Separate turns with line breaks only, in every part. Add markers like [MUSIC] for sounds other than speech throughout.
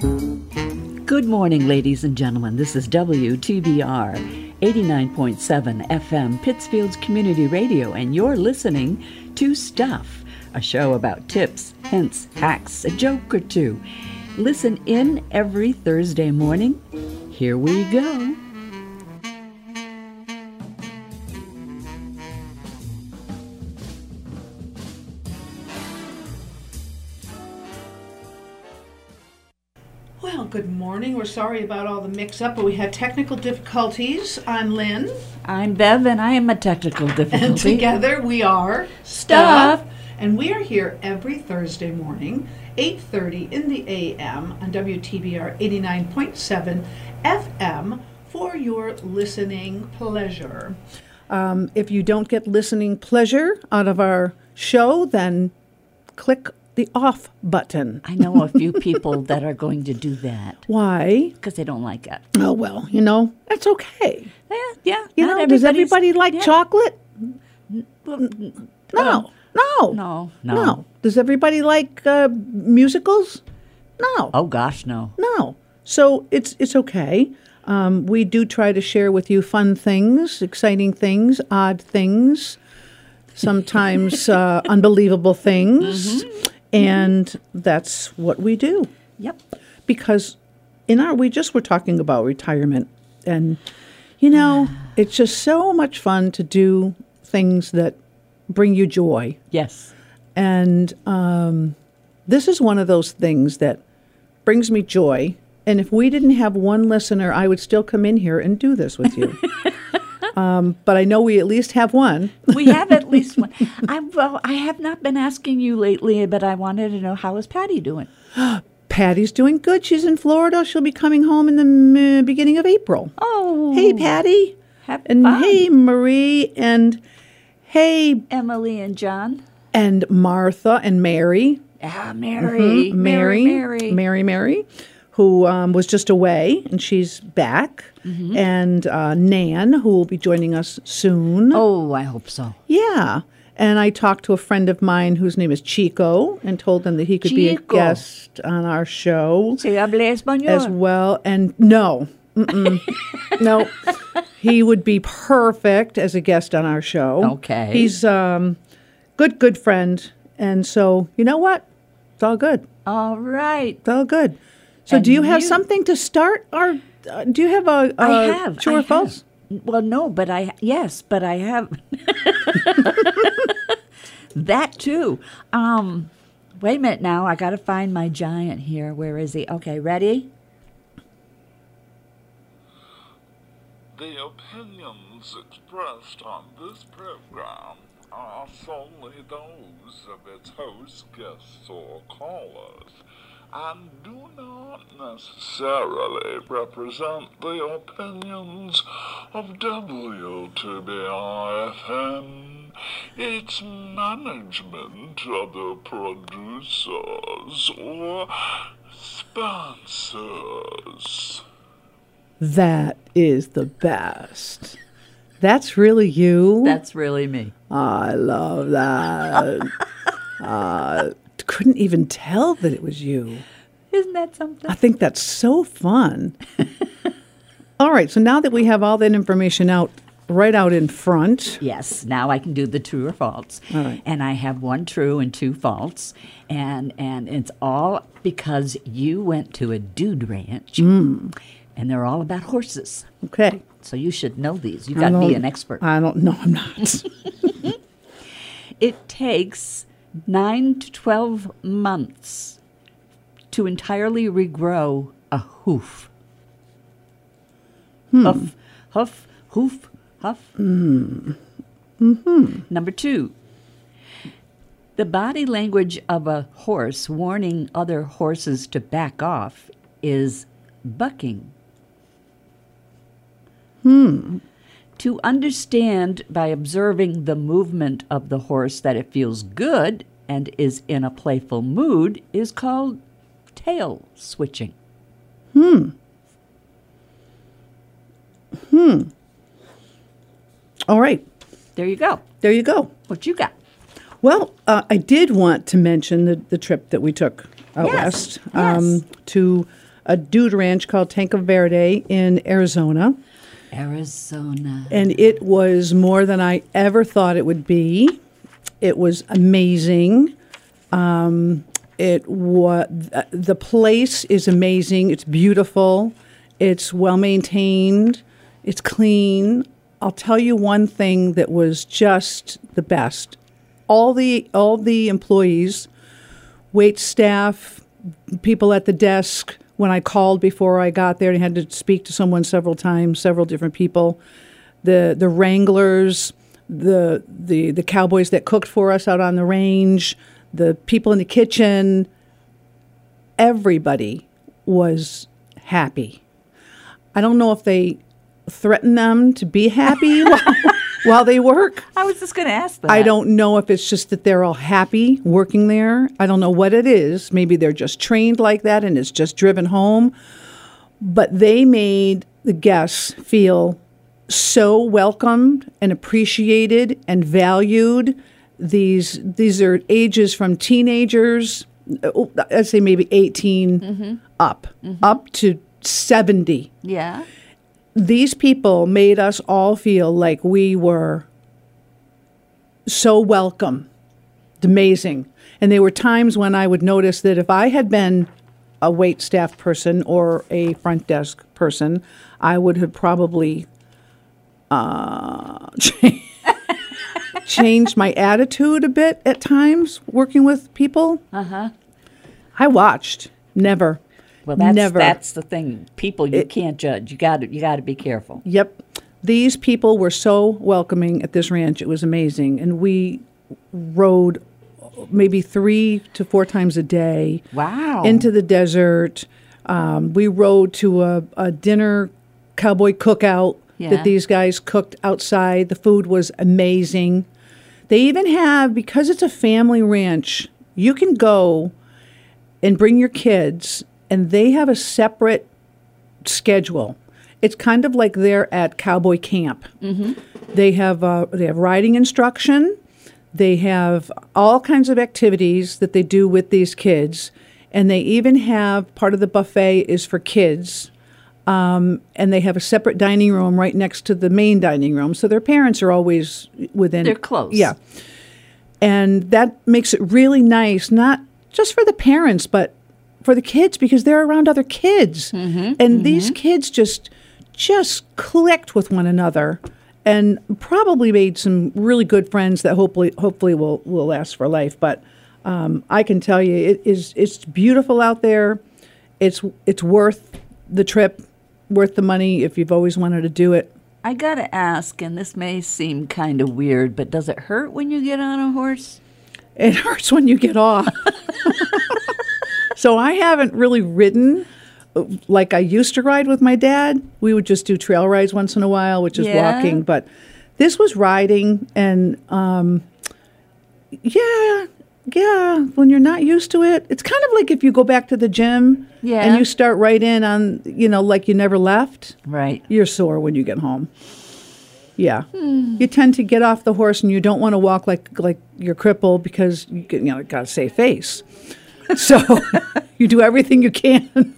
Good morning, ladies and gentlemen. This is WTBR 89.7 FM, Pittsfield's Community Radio, and you're listening to Stuff, a show about tips, hints, hacks, a joke or two. Listen in every Thursday morning. Here we go.
Well, good morning. We're sorry about all the mix up, but we had technical difficulties. I'm Lynn,
I'm Bev, and I am a technical difficulty.
and together we are
Stuff.
And we are here every Thursday morning, 8:30 in the AM on WTBR 89.7 FM for your listening pleasure. Um, if you don't get listening pleasure out of our show, then click the off button.
I know a few people that are going to do that
Why?
because they don't like it.
Oh well, you know, that's okay.
Yeah, yeah.
You
not
know,
everybody's-
does everybody like
yeah,
chocolate?
well, um,
No, no,
no, no,
no. Does everybody like uh, musicals? No,
Oh gosh, no.
no. So it's it's okay. Um, we do try to share with you fun things, exciting things, odd things, sometimes uh, [LAUGHS] unbelievable things,
Mm-hmm.
and that's what we do.
Yep.
because in our we just were talking about retirement and you know it's just so much fun to do things that bring you joy
Yes.
and um, this is one of those things that brings me joy and if we didn't have one listener i would still come in here and do this with you um, but i know we at least have one
We have at least one. I well, I have not been asking you lately, but I wanted to know how is Patty doing?
patty's doing good she's in florida she'll be coming home in the mm, beginning of april
Oh,
hey patty
have
and
fun.
hey marie and hey
Emily and John.
and martha and mary
Ah, Mary, Mary,
mary mary mary who um, was just away and she's back
Mm-hmm.
and uh, nan who will be joining us soon
Oh, I hope so.
yeah and i talked to a friend of mine whose name is chico and told him that he could be a
Chico.
guest on our show
Se habla
as
español.
well. And no,
[LAUGHS]
mm-mm, no, he would be perfect as a guest on our show.
Okay.
he's um, good, good friend, and so you know what? It's all good.
All right.
It's all good. So, do you have something to start, or uh, do you have a,
I
a
have.
true
I
or false?
have. Well, no, but I yes, but I have [LAUGHS] that too. Um, wait a minute now. I got to find my giant here. Where is he? Okay, ready?
The opinions expressed on this program are solely those of its host, guests, or callers, and do not necessarily represent the opinions of WTBR FM, its management, other producers, or sponsors.
That is the best. That's really you.
That's really me.
I love
[LAUGHS]
that. uh, couldn't even tell that it was you.
Isn't that something?
I think that's
[LAUGHS]
so fun. all right, so now that we have all that information out, right out in front,
Yes, now I can do the true or false.
All right.
And I have one true and two false. And and it's all because you went to a dude ranch. Mm. And they're all about horses.
okay.
So you should know these. You got to be an expert.
I don't. No, I'm
[LAUGHS]
not.
It takes 9 to 12 months to entirely regrow a hoof. Hoof, hoof, hoof, hoof. Mm. Mm-hmm. Number two, the body language of a horse warning other horses to back off is bucking. To understand by observing the movement of the horse that it feels good and is in a playful mood is called tail switching?
All right,
There you go.
there you go.
What you got?
Well, uh, I did want to mention the, the trip that we took out
Yes,
west um,
yes.
to a dude ranch called Tanco Verde in Arizona.
Arizona.
And it was more than I ever thought it would be. It was amazing. Um, it was the place is amazing. It's beautiful. It's well maintained. It's clean. I'll tell you one thing that was just the best. All the all the employees, wait staff, people at the desk. When I called before I got there, I had to speak to someone several times, several different people the the wranglers, the the the cowboys that cooked for us out on the range, the people in the kitchen, everybody was happy. I don't know if they threaten them to be happy [LAUGHS] while, while they work.
I was just going to ask that.
I don't know if it's just that they're all happy working there. I don't know what it is. Maybe they're just trained like that and it's just driven home. But they made the guests feel so welcomed and appreciated and valued. These these are ages from teenagers, uh, oh, I'd say maybe 18 up, up to 70
Yeah.
these people made us all feel like we were so welcome. It's amazing. And there were times when I would notice that if I had been a wait staff person or a front desk person, I would have probably uh, [LAUGHS] changed my attitude a bit at times working with people. Uh huh. I watched. Never.
Uh-huh. Well, that's
Never.
that's the thing. People, you can't judge. You got to you got to be careful.
Yep. These people were so welcoming at this ranch. It was amazing. And we rode maybe three to four times a day.
Wow.
Into the desert. Um, we rode to a, a dinner cowboy cookout
Yeah.
that these guys cooked outside. The food was amazing. They even have, because it's a family ranch, you can go and bring your kids, and they have a separate schedule. It's kind of like they're at cowboy camp.
Mm-hmm.
They have uh, they have riding instruction. They have all kinds of activities that they do with these kids, and they even have part of the buffet is for kids. Um, and they have a separate dining room right next to the main dining room, so their parents are always within.
They're close.
Yeah, and that makes it really nice, not just for the parents, but for the kids because they're around other kids, and these kids just just clicked with one another, and probably made some really good friends that hopefully hopefully will will last for life. But um, I can tell you, it is it's beautiful out there. It's it's worth the trip, worth the money if you've always wanted to do it.
I got to ask, and this may seem kind of weird, but does it hurt when you get on a horse?
It hurts when you get off. [LAUGHS] so I haven't really ridden uh, like I used to ride with my dad. We would just do trail rides once in a while, which is
Yeah.
walking. But this was riding, and um, yeah, yeah. When you're not used to it, it's kind of like if you go back to the gym
Yeah.
and you start right in on, you know, like you never left.
Right.
You're sore when you get home. Yeah, you tend to get off the horse, and you don't want to walk like like you're crippled because you, get- you know got to save face. [LAUGHS] So you do everything you can [LAUGHS]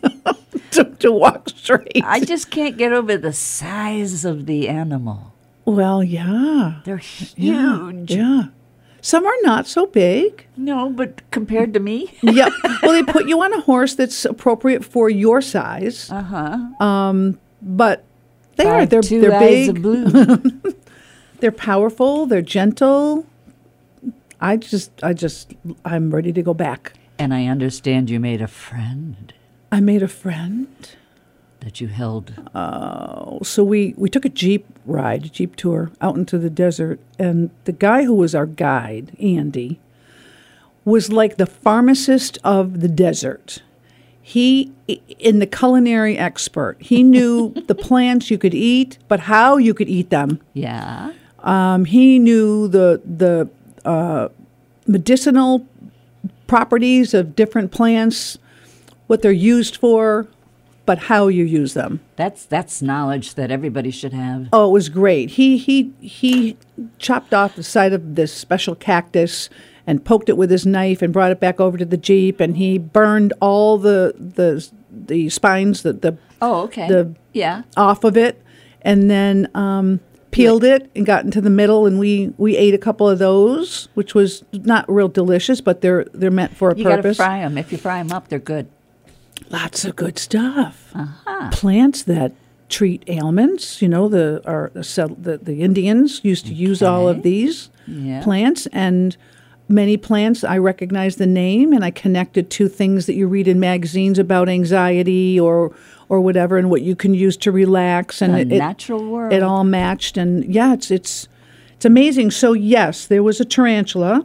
to, to walk straight.
I just can't get over the size of the animal.
well, yeah,
They're huge.
yeah. Some are not so big.
No, but compared to me,
Yep. well, they put you on a horse that's appropriate for your size. Uh huh. Um, but they are
I've
they're
Uh-huh. two
they're
eyes
big.
of blue.
they're powerful they're gentle i just i just i'm ready to go back
[LAUGHS] and I understand you made a friend
i made a friend
that you held.
so we we took a jeep ride a jeep tour out into the desert and the guy who was our guide andy was like the pharmacist of the desert he in the culinary expert he knew the plants you could eat but how you could eat them
Yeah.
Um, he knew the the uh, medicinal properties of different plants, what they're used for, but how you use them.
That's that's knowledge that everybody should have.
Oh, it was great. He he he chopped off the side of this special cactus and poked it with his knife and brought it back over to the jeep and he burned all the the the spines that the
Oh, okay.
the
yeah.
off of it and then um, peeled it and got into the middle and we we ate a couple of those which was not real delicious but they're they're meant for a
You got to
purpose
fry them. If you fry them up, they're good.
lots of good stuff
Uh-huh.
plants that treat ailments you know the are the settle- the, the indians used to use all of these
Yeah.
plants and many plants i recognize the name and i connected to things that you read in magazines about anxiety or or whatever and what you can use to relax and
The
it, it-
natural world.
it all matched and yeah it's it's it's amazing so yes there was a
[LAUGHS]
tarantula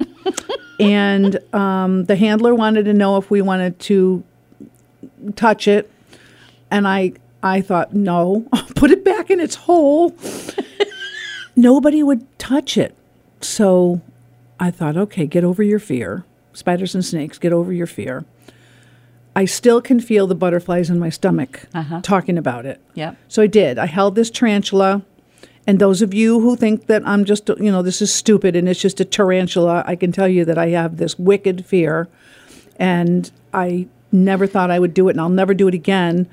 and um, the handler wanted to know if we wanted to touch it and i i thought no [LAUGHS] put it back in its
[LAUGHS]
hole nobody would touch it so i thought okay get over your fear spiders and snakes get over your fear i still can feel the butterflies in my stomach
Uh-huh.
talking about it
Yep.
so i did i held this tarantula and those of you who think that i'm just you know this is stupid and it's just a tarantula i can tell you that i have this wicked fear and I never thought I would do it, and I'll never do it again.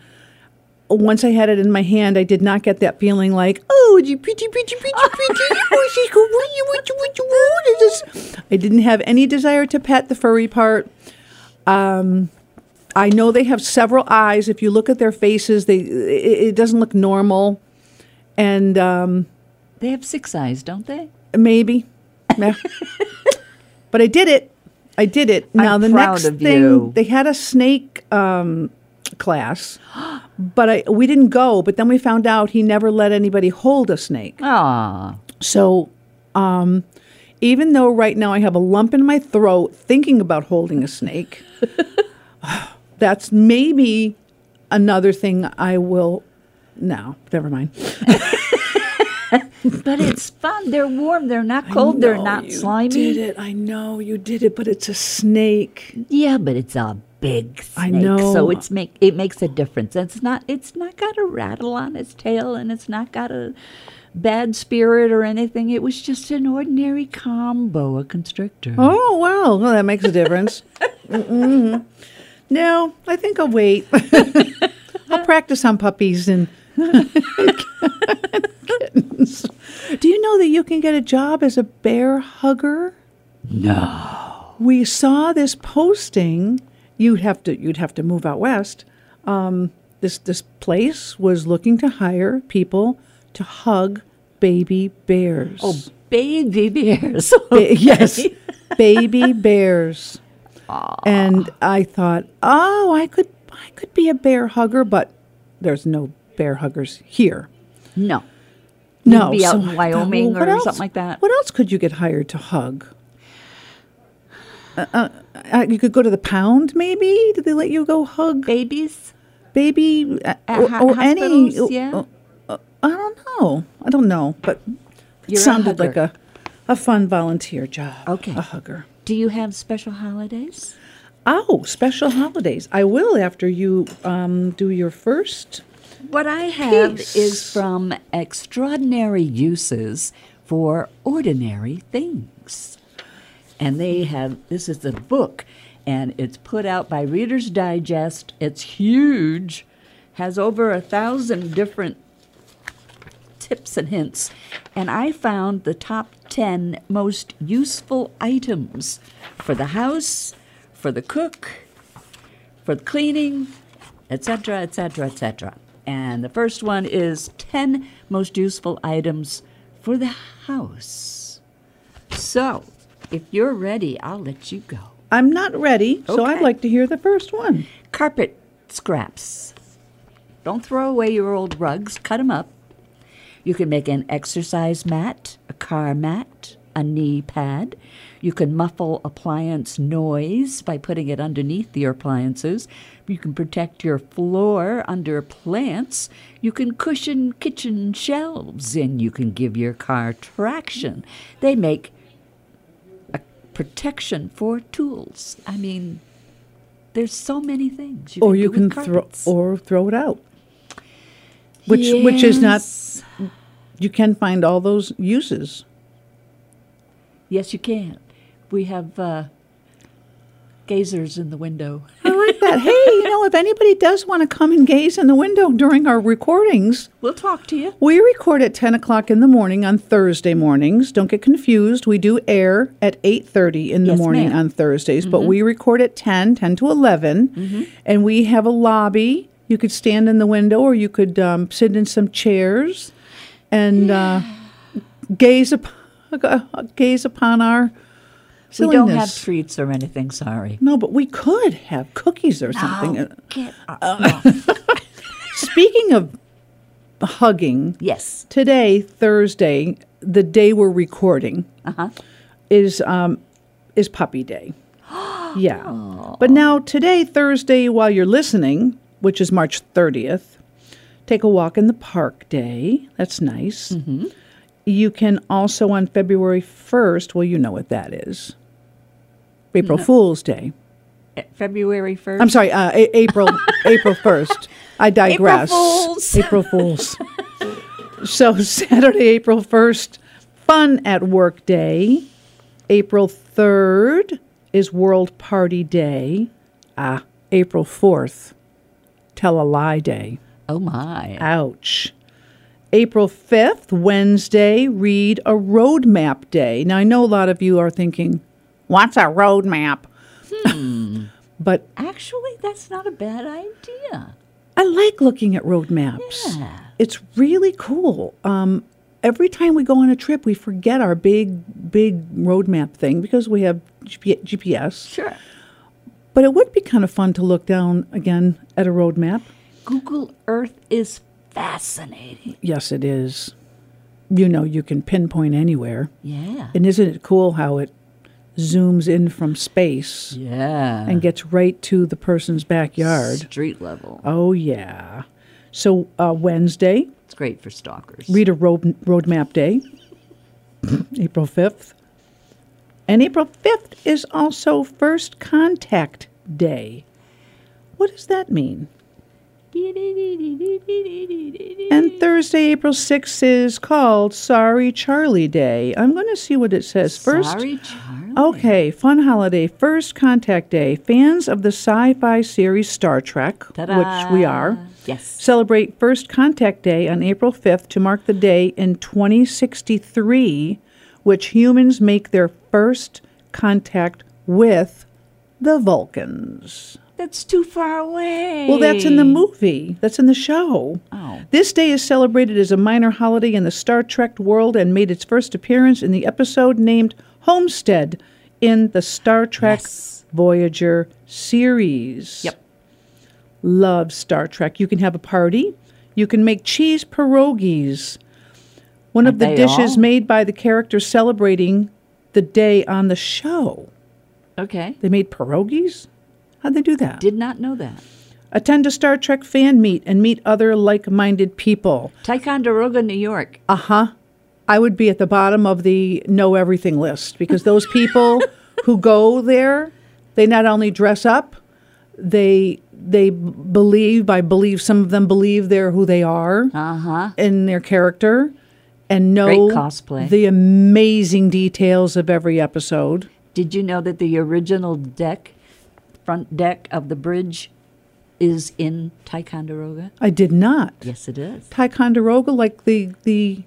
Once I had it in my hand, I did not get that feeling like, oh, it's a pretty, pretty, pretty, pretty. oh, she's cool. What do you what you what you want? Is this? I didn't have any desire to pet the furry part. Um, I know they have several eyes. If you look at their faces, they it, it doesn't look normal, and um,
They have six eyes, don't they?
maybe. [LAUGHS] Meh. but I did it. I did it. Now the
proud
next
of
thing
you.
they had a snake um, class, [GASPS] but I we didn't go. But then we found out he never let anybody hold a snake.
Ah.
So um, even though right now I have a lump in my throat thinking about holding a snake, [SIGHS] that's maybe another thing I will. No, never mind.
But it's fun. They're warm. They're not cold. They're
No,
not
you
slimy.
Did it? I know you did it, but it's a snake.
Yeah, but it's a big snake.
I
So
know.
it's make it makes a difference. It's not it's not got a rattle on its tail and it's not got a bad spirit or anything. It was just an ordinary calm boa constrictor.
Oh wow, well that makes a difference. mm No, I think I'll wait. I'll practice on puppies and kittens. Do you know that you can get a job as a bear hugger?
No.
We saw this posting. You'd have to you'd have to move out west. Um, this this place was looking to hire people to hug baby bears.
Oh, baby bears. [LAUGHS]
Ba- yes, [LAUGHS] baby bears. And I thought, oh, I could, I could be a bear hugger, but there's no bear huggers here.
no.
No,
be out in
I thought,
Wyoming
well, what
or
else-
something like that.
What else could you get hired to hug? Uh, uh, uh, you could go to the pound, maybe. Did they let you go hug
Babies?
baby uh,
At
or,
ho-
or any?
hospitals, yeah.
uh, uh, I don't know. I don't know, but it
You're a
sounded like
hugger.
a, a fun volunteer job.
Okay.
a hugger.
Do you have special holidays?
Oh, special holidays. I will after you um, do your first.
What I have
Peace.
is from extraordinary uses for ordinary things. And they have this is the book and it's put out by Reader's Digest. It's huge. Has over a thousand different tips and hints. And I found the top 10 most useful items for the house, for the cook, for the cleaning, etc., etc., etc. And the first one is 10 most useful items for the house. So, if you're ready, I'll let you go.
I'm not ready, so I'd
Okay.
like to hear the first one.
Carpet scraps. Don't throw away your old rugs, cut them up. You can make an exercise mat, a car mat, a knee pad. You can muffle appliance noise by putting it underneath the appliances. You can protect your floor under plants. You can cushion kitchen shelves, and you can give your car traction. They make a protection for tools. I mean, There's so many things. You
or
can
you
do
can
with
throw
carpets.
or throw it out. Which which is not
Yes.
you can find all those uses.
Yes, you can. We have uh, gazers in the window.
I like [LAUGHS] that. hey, you know, if anybody does want to come and gaze in the window during our recordings,
We'll talk to you.
we record at 10 o'clock in the morning on Thursday mornings. Don't get confused. We do air at 8.30 in the
Yes,
morning
ma'am. Mm-hmm.
on Thursdays, but we record at 10, 10 to 11, and we have a lobby. You could stand in the window or you could um, sit in some chairs and uh, gaze, up, gaze upon
We
our silliness.
don't have treats or anything. Sorry.
no, but we could have cookies or something.
Oh, get up. No.
Speaking of hugging,
yes.
today, Thursday, the day we're recording, is um, is Puppy Day. yeah, but now today, Thursday, while you're listening, which is March 30th, take a walk in the park day. That's nice. You can also on February 1st. Well, you know what that is. April Fool's Day.
Eh, February 1st.
I'm sorry, uh, A- April April first. I digress.
Fools.
April Fools. so [LAUGHS] Saturday, April first, fun at work day. April third is World Party Day. Ah, April fourth, Tell a Lie Day.
Oh, my.
Ouch. April 5th, Wednesday, read a roadmap day. Now, I know a lot of you are thinking, what's a roadmap? [LAUGHS] but
Actually, that's not a bad idea.
I like looking at road maps.
Yeah.
It's really cool. Um, every time we go on a trip, we forget our big, big road map thing because we have GP- GPS.
Sure.
But it would be kind of fun to look down again at a road map.
Google Earth is fascinating.
Yes, it is. You know, you can pinpoint anywhere.
Yeah.
And isn't it cool how it zooms in from space
Yeah.
and gets right to the person's backyard?
Street level.
Oh, yeah. So, uh, Wednesday,
It's great for stalkers.
Read a road, roadmap day,
Mm-hmm.
April 5th. And April 5th is also First Contact Day. What does that mean? And Thursday, April 6th is called Sorry Charlie Day. I'm going to see what it says first.
Sorry, Charlie.
Okay, fun holiday. First Contact Day. Fans of the sci fi series Star Trek,
Ta-da.
which we are,
Yes.
celebrate First Contact Day on April 5th to mark the day in 2063 which humans make their first contact with the Vulcans.
That's too far away.
Well, that's in the movie. That's in the show.
Oh.
This day is celebrated as a minor holiday in the Star Trek world and made its first appearance in the episode named Homestead in the Star Trek
Yes.
Voyager series.
Yep.
Love Star Trek. You can have a party. You can make cheese pierogies. One of
Aren't
the
they
dishes
all?
made by the characters celebrating the day on the show.
Okay.
They made pierogies? How'd they do that?
Did not know that.
Attend a Star Trek fan meet and meet other like minded people.
Ticonderoga, New York.
Uh huh. I would be at the bottom of the know everything list
[LAUGHS]
because those people who go there, they not only dress up, they they b- believe. I believe some of them believe they're who they are
Uh-huh.
in their character, and know
Great cosplay.
the amazing details of every episode.
Did you know that the original deck, front deck of the bridge, is in Ticonderoga?
I did not.
Yes, it is.
Ticonderoga, like the the.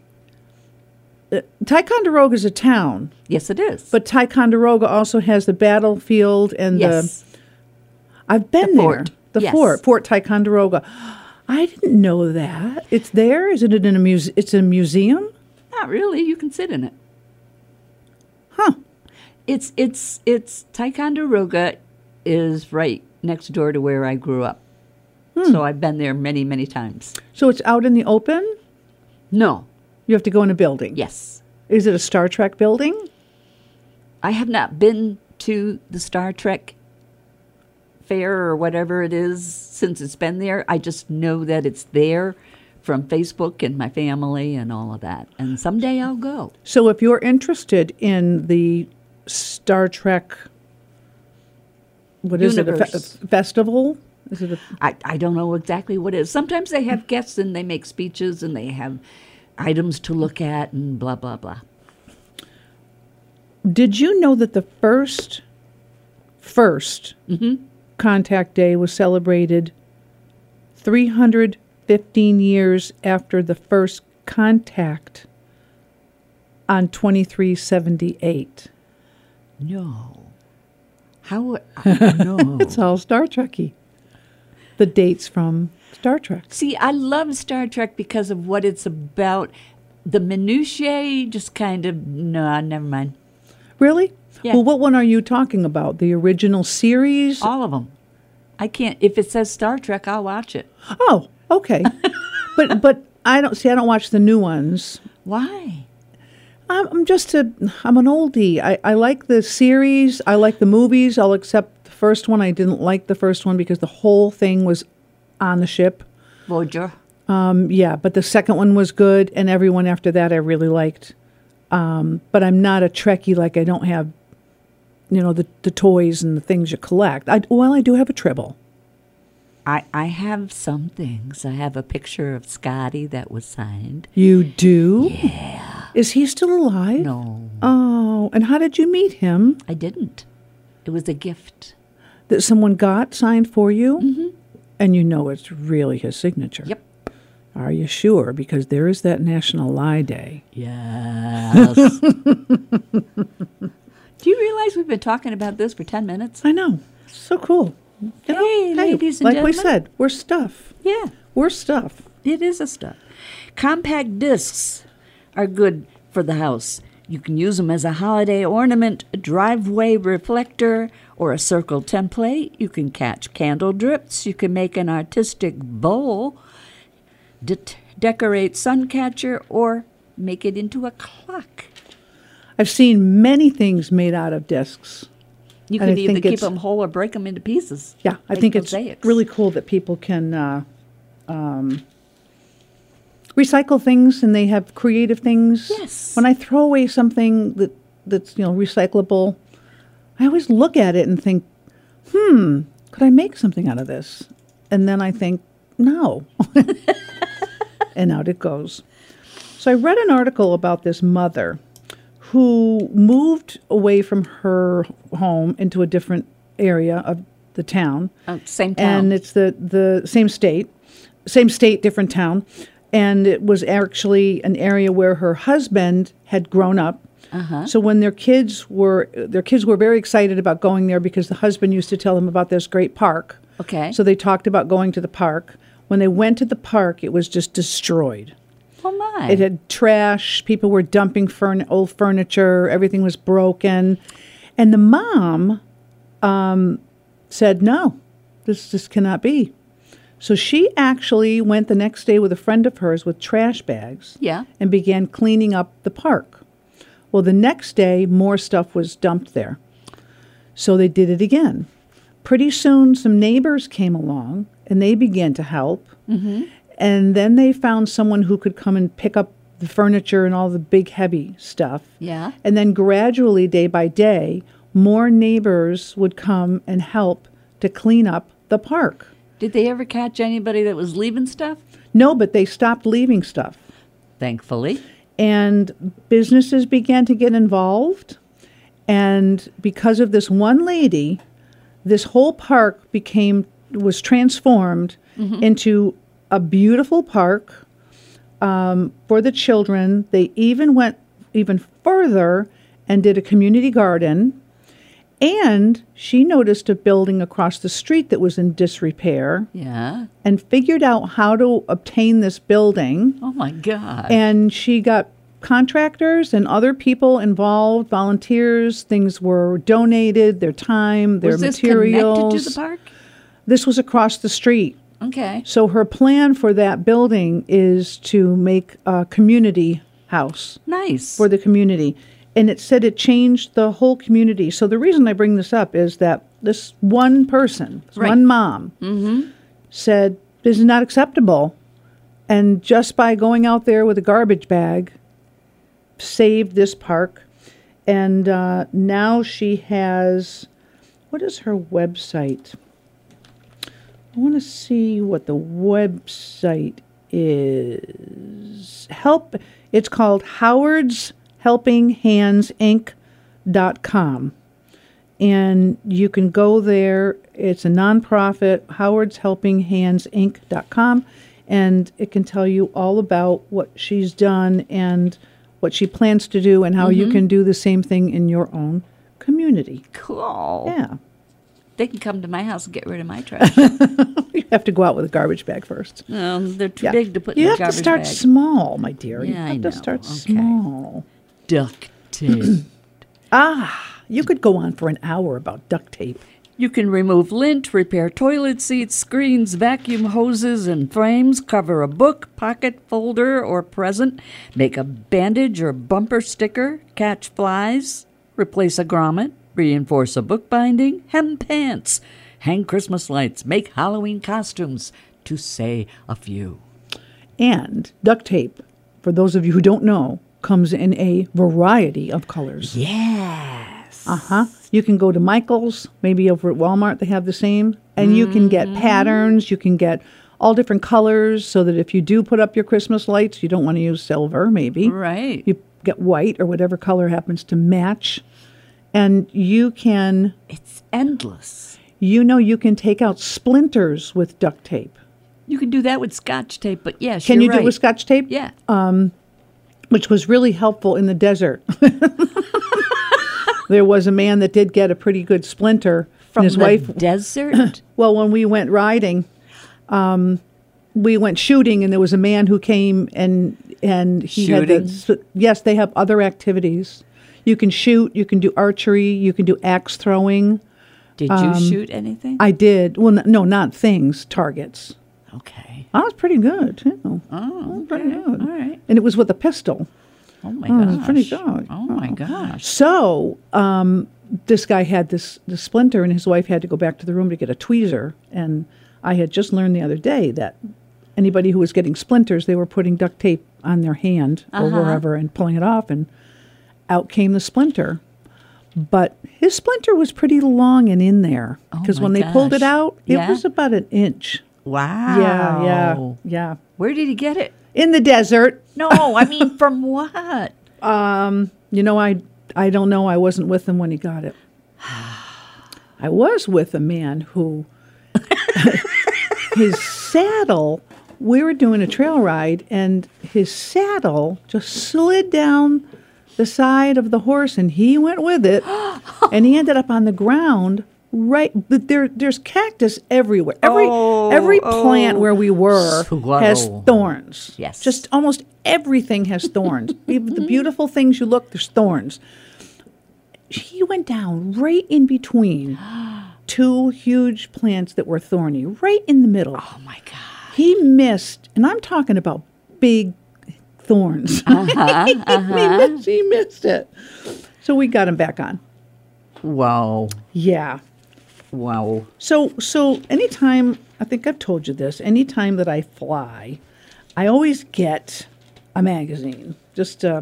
Uh, Ticonderoga is a town,
Yes, it is.
but Ticonderoga also has the battlefield and the.
yes,
I've been
The
there.
fort.
The
Yes.
fort, Fort Ticonderoga. I didn't know that. It's there. Is it in a muse? It's a museum.
not really. You can sit in it.
Huh.
It's it's it's Ticonderoga is right next door to where I grew up,
Hmm.
so I've been there many many times.
So it's out in the open.
No,
You have to go in a building.
yes,
Is it a Star Trek building?
I have not been to the Star Trek fair or whatever it is since it's been there. I just know that it's there from Facebook and my family and all of that. And someday I'll go.
So if you're interested in the Star Trek what is it? A
Universe.
fe- festival? Is it a
I, I don't know exactly what it is. Sometimes they have guests and they make speeches and they have items to look at and blah, blah, blah.
Did you know that the first, first contact day was celebrated 315 years after the first contact on 2378?
No. How would I no.
It's all Star Trekky. The dates from Star Trek.
See, I love Star Trek because of what it's about. The minutiae just kind of, no, never mind.
Really?
Yeah.
Well, what one are you talking about? The original series?
All of them. I can't, if it says Star Trek, I'll watch it.
Oh, [LAUGHS] okay. but but I don't see. I don't watch the new ones.
Why?
I'm, I'm just a I'm an oldie. I, I like the series. I like the movies. I'll accept the first one. I didn't like the first one because the whole thing was on the ship.
Voyager.
Um, yeah, but the second one was good, and everyone after that I really liked. Um, but I'm not a Trekkie. Like I don't have, you know, the the toys and the things you collect. I well, I do have a Tribble.
I, I have some things. I have a picture of Scotty that was signed.
You do? Yeah. Is he still alive?
No,
Oh, and how did you meet him?
I didn't. It was a gift.
that someone got signed for you, and you know it's really his signature.
Yep.
Are you sure? Because there is that National Lie Day.
Yes. [LAUGHS] Do you realize we've been talking about this for 10 minutes?
I know. So cool. You know,
Hey, ladies and
like we
gentlemen.
said, we're stuff.
Yeah,
We're stuff.
it is a stuff. Compact discs are good for the house. You can use them as a holiday ornament, a driveway reflector, or a circle template. You can catch candle drips. You can make an artistic bowl, de- decorate sun catcher, or make it into a clock.
I've seen many things made out of discs.
You
And
can
I
either
think
keep
it's-
them whole or break them into pieces.
Yeah, I
like
think it's
mosaics.
really cool that people can uh, um, recycle things and they have creative things.
Yes.
When I throw away something that that's you know recyclable, I always look at it and think, hmm, could I make something out of this? And then I think, no. [LAUGHS] and out it goes. So I read an article about this mother who moved away from her home into a different area of the town.
Oh, same
And
town.
it's the, the same state, same state, different town. And it was actually an area where her husband had grown up. So when their kids were their kids were very excited about going there because the husband used to tell them about this great park.
Okay.
So they talked about going to the park. When they went to the park, it was just destroyed.
oh my!
It had trash. People were dumping furn- old furniture. Everything was broken. And the mom um, said, no, this just cannot be. So she actually went the next day with a friend of hers with trash bags
Yeah.
and began cleaning up the park. Well, the next day, more stuff was dumped there. So they did it again. Pretty soon, some neighbors came along and they began to help. And then they found someone who could come and pick up the furniture and all the big, heavy stuff.
Yeah.
And then gradually, day by day, more neighbors would come and help to clean up the park.
Did they ever catch anybody that was leaving stuff?
No, but they stopped leaving stuff.
Thankfully.
and businesses began to get involved. And because of this one lady, this whole park became was transformed into a beautiful park um, for the children. They even went even further and did a community garden. And she noticed a building across the street that was in disrepair
Yeah.
and figured out how to obtain this building
Oh my God.
and she got contractors and other people involved, volunteers. Things were donated, their time, their
was this
materials.
connected to the park?
This was across the street.
Okay.
So her plan for that building is to make a community house
Nice.
for the community. And it said it changed the whole community. So the reason I bring this up is that this one person, this
Right.
one mom, said, This is not acceptable. And just by going out there with a garbage bag, saved this park. And uh, now she has What is her website? I want to see what the website is. Help. It's called Howard's Helping Hands Inc. dot com, and you can go there. It's a nonprofit, Howard's Helping Hands Inc. dot com, and it can tell you all about what she's done and what she plans to do, and how
Mm-hmm.
you can do the same thing in your own community.
Cool.
Yeah, [LAUGHS]
They can come to my house and get rid of my trash.
you have to go out with a garbage bag first.
um, they're too
Yeah.
big to put
you
in a
have
garbage
to start
bag.
small, my dear. you
Yeah, I
have
know.
to start
Okay.
small. Ah,
Duct tape.
You could go on for an hour about duct tape.
You can remove lint, repair toilet seats, screens, vacuum hoses, and frames, cover a book, pocket folder, or present, make a bandage or bumper sticker, catch flies, replace a grommet, reinforce a book binding, hem pants, hang Christmas lights, make Halloween costumes, to say a few.
And duct tape, for those of you who don't know, comes in a variety of colors.
Yes.
Uh huh. You can go to Michael's, maybe over at Walmart, they have the same. And you can get patterns, you can get all different colors so that if you do put up your Christmas lights, you don't want to use silver, maybe.
Right.
You get white or whatever color happens to match. And you can,
It's endless.
you know, you can take out splinters with duct tape.
You can do that with scotch tape, but yes,
Can
you're
you do
right.
it with scotch tape? Um,
Yeah.
which was really helpful in the desert. [LAUGHS] there was a man that did get a pretty good splinter
From
and his
the
wife. [CLEARS THROAT]
desert.
Well, when we went riding, um, we went shooting, and there was a man who came and and he had
Shooting?
the s- yes. They have other activities. You can shoot. You can do archery. You can do axe throwing.
Did you shoot anything?
Um, I did. Well, n- no, not things, targets.
okay.
I was pretty good too.
Oh,
pretty
okay.
good.
All right.
And it was with a pistol.
Oh my
Oh,
gosh.
it's pretty good.
Oh my gosh.
So um, this guy had this, this splinter, and his wife had to go back to the room to get a tweezer. And I had just learned the other day that anybody who was getting splinters, they were putting duct tape on their hand or
Uh-huh.
wherever and pulling it off, and out came the splinter. But his splinter was pretty long and in there because
Oh my
when they pulled it
gosh.
out, it
Yeah?
was about an inch.
Wow.
Yeah, yeah, yeah.
Where did he get it?
In the desert,
No, I
[LAUGHS]
mean from what?
Oh
You know, I I don't know. I wasn't with him when he got it. [SIGHS] I was with a man who [LAUGHS] his saddle. We were doing a trail ride, and his saddle just slid down the side of the horse, and he went with it, and he ended up on the ground. Right, but there there's cactus everywhere. Every every plant where we were has
Swallow.
thorns.
Yes.
just almost everything has
[LAUGHS]
thorns. Even the beautiful things you look, there's thorns. He went down right in
[GASPS]
between two huge plants that were thorny, right in the middle.
Oh my god.
He missed, and I'm talking about big thorns. [LAUGHS]
Uh-huh,
he, missed, he missed it. So we got him back on.
Wow.
Yeah.
Wow.
So so anytime I think I've told you this, anytime that I fly, I always get a magazine just uh,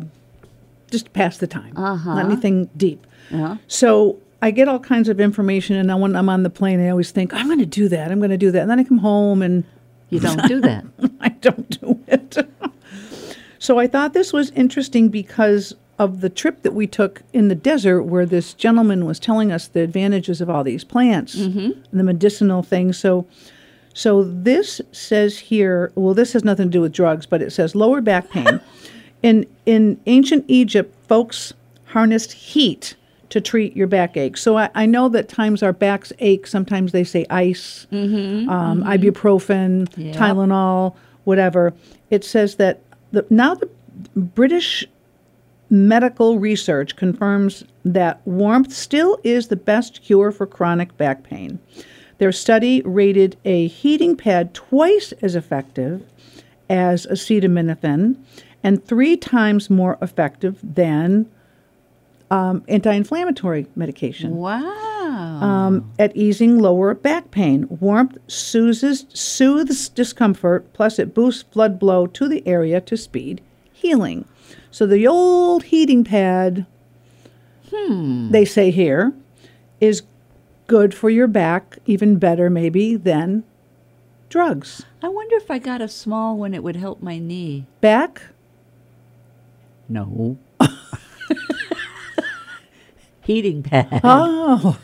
just to pass the time. Not anything deep. So I get all kinds of information, and I, when I'm on the plane, I always think I'm going to do that. I'm going to do that, and then I come home and
You don't do
[LAUGHS]
that.
[LAUGHS] I don't do it. [LAUGHS] so I thought this was interesting because of the trip that we took in the desert where this gentleman was telling us the advantages of all these plants and the medicinal things. So so this says here, well this has nothing to do with drugs, but it says lower back pain. in in ancient Egypt, folks harnessed heat to treat your backache. So I, I know that times our backs ache. Sometimes they say ice, um, ibuprofen,
Yeah.
Tylenol, whatever. It says that the, now the British medical research confirms that warmth still is the best cure for chronic back pain. Their study rated a heating pad twice as effective as acetaminophen and three times more effective than um, anti inflammatory medication
wow.
um, at easing lower back pain. Warmth soothes, soothes discomfort, plus it boosts blood flow to the area to speed healing. So the old heating pad, they say here, is good for your back, even better maybe than drugs.
I wonder if I got a small one, it would help my knee.
Back?
No. [LAUGHS] Heating pad.
Oh.